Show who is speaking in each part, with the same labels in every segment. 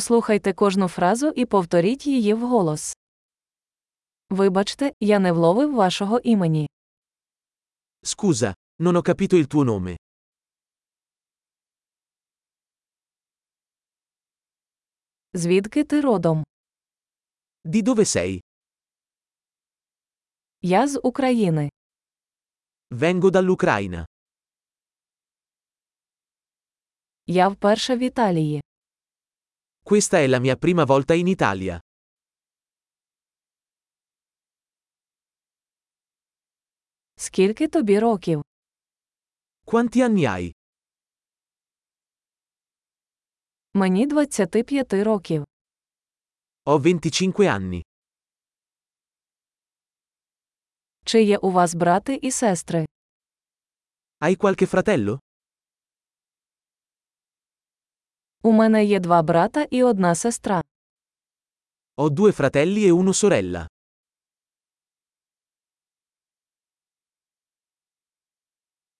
Speaker 1: Послухайте кожну фразу і повторіть її вголос. Вибачте, я не вловив вашого імені.
Speaker 2: Scusa, non ho capito il tuo nome.
Speaker 1: Звідки ти родом?
Speaker 2: Di dove sei?
Speaker 1: Я з України.
Speaker 2: Vengo dall'Ucraina.
Speaker 1: Я вперше в Італії.
Speaker 2: Questa è la mia prima volta in Italia.
Speaker 1: Скільки тобі років?
Speaker 2: Quanti anni hai?
Speaker 1: Мені 25 років.
Speaker 2: Ho 25 anni.
Speaker 1: Чи є у вас брати і сестри?
Speaker 2: Hai qualche fratello?
Speaker 1: У мене є два брата і одна сестра.
Speaker 2: Ho due fratelli e una sorella.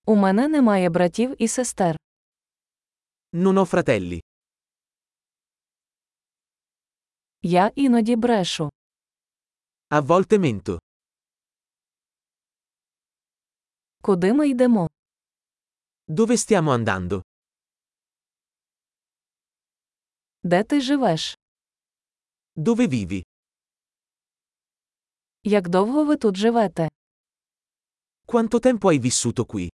Speaker 1: У мене немає братів і сестер.
Speaker 2: Non ho fratelli.
Speaker 1: Я іноді брешу.
Speaker 2: A volte mento.
Speaker 1: Куди ми йдемо?
Speaker 2: Dove stiamo andando?
Speaker 1: Де ти живеш?
Speaker 2: Dove vivi?
Speaker 1: Як довго ви тут живете?
Speaker 2: Quanto tempo hai vissuto qui?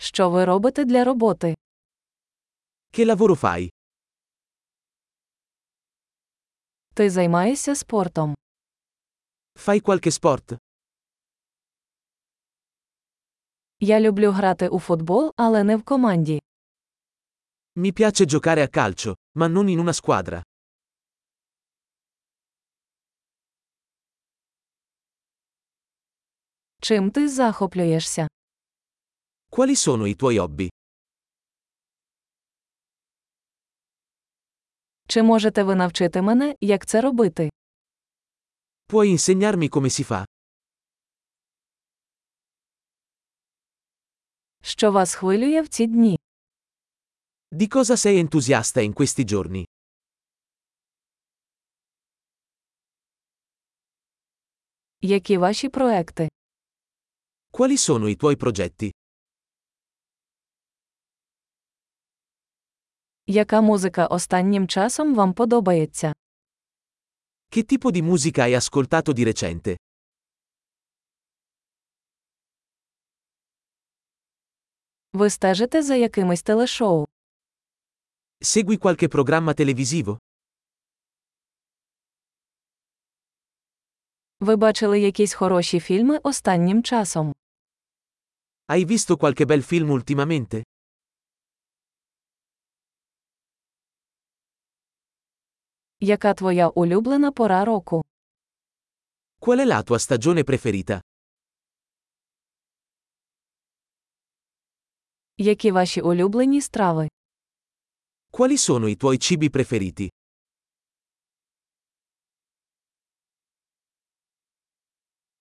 Speaker 1: Що ви робите для роботи?
Speaker 2: Che lavoro fai?
Speaker 1: Ти займаєшся спортом.
Speaker 2: Fai qualche sport?
Speaker 1: Я люблю грати у футбол, але не в команді.
Speaker 2: Mi piace giocare a calcio, ma non in una squadra.
Speaker 1: Чим ти захоплюєшся?
Speaker 2: Quali sono i tuoi hobby?
Speaker 1: Чи можете ви навчити мене, як це робити?
Speaker 2: Puoi insegnarmi come si fa?
Speaker 1: Що вас хвилює в ці дні?
Speaker 2: Di cosa sei entusiasta in questi giorni?
Speaker 1: Які ваші проекти?
Speaker 2: Quali sono i tuoi progetti?
Speaker 1: Яка музика останнім часом вам подобається?
Speaker 2: Che tipo di musica hai ascoltato di recente?
Speaker 1: Ви стежите за якимись телешоу?
Speaker 2: Segui qualche programma televisivo?
Speaker 1: Ви бачили якісь хороші фільми останнім часом?
Speaker 2: Hai visto qualche bel film ultimamente?
Speaker 1: Яка твоя улюблена пора року?
Speaker 2: Qual è la tua stagione preferita?
Speaker 1: Які ваші улюблені страви?
Speaker 2: Quali sono i tuoi cibi preferiti?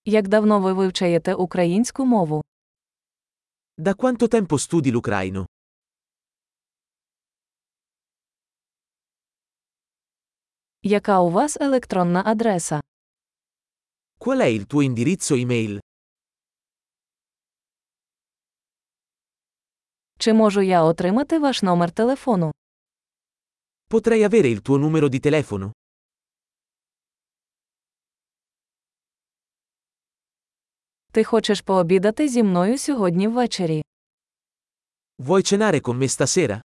Speaker 1: Як давно ви вивчаєте українську мову?
Speaker 2: Da quanto tempo studi l'ucraino?
Speaker 1: Яка у вас електронна адреса?
Speaker 2: Qual è il tuo indirizzo email?
Speaker 1: Чи можу я отримати ваш номер телефону?
Speaker 2: Potrei avere il tuo numero di telefono?
Speaker 1: Ти хочеш пообідати зі мною сьогодні ввечері?
Speaker 2: Vuoi cenare con me stasera?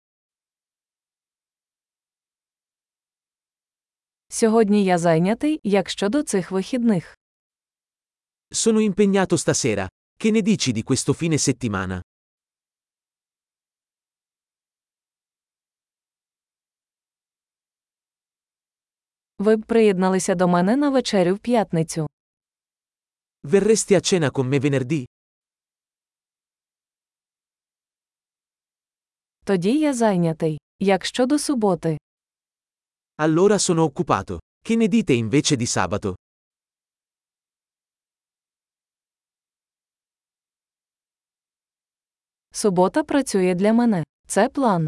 Speaker 1: Сьогодні я зайнятий, як щодо цих вихідних.
Speaker 2: Sono impegnato stasera. Che ne dici di questo fine settimana?
Speaker 1: Ви б приєдналися до мене на вечерю в п'ятницю.
Speaker 2: Verresti a cena con me venerdì?
Speaker 1: Тоді я зайнятий. Як щодо суботи?
Speaker 2: Allora sono occupato. Che ne dite invece di sabato?
Speaker 1: Субота працює для мене. Це план.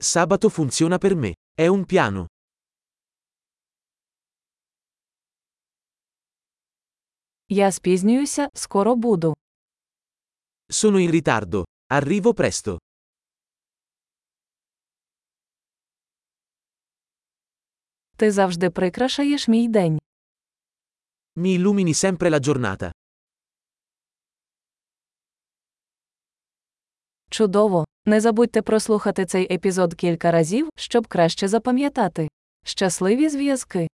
Speaker 2: Sabato funziona per me. È un piano.
Speaker 1: Я спізнююся, скоро буду.
Speaker 2: Sono in ritardo. Arrivo presto.
Speaker 1: Ти завжди прикрашаєш мій день.
Speaker 2: Mi illumini sempre la giornata.
Speaker 1: Чудово! Не забудьте прослухати цей епізод кілька разів, щоб краще запам'ятати. Щасливі зв'язки!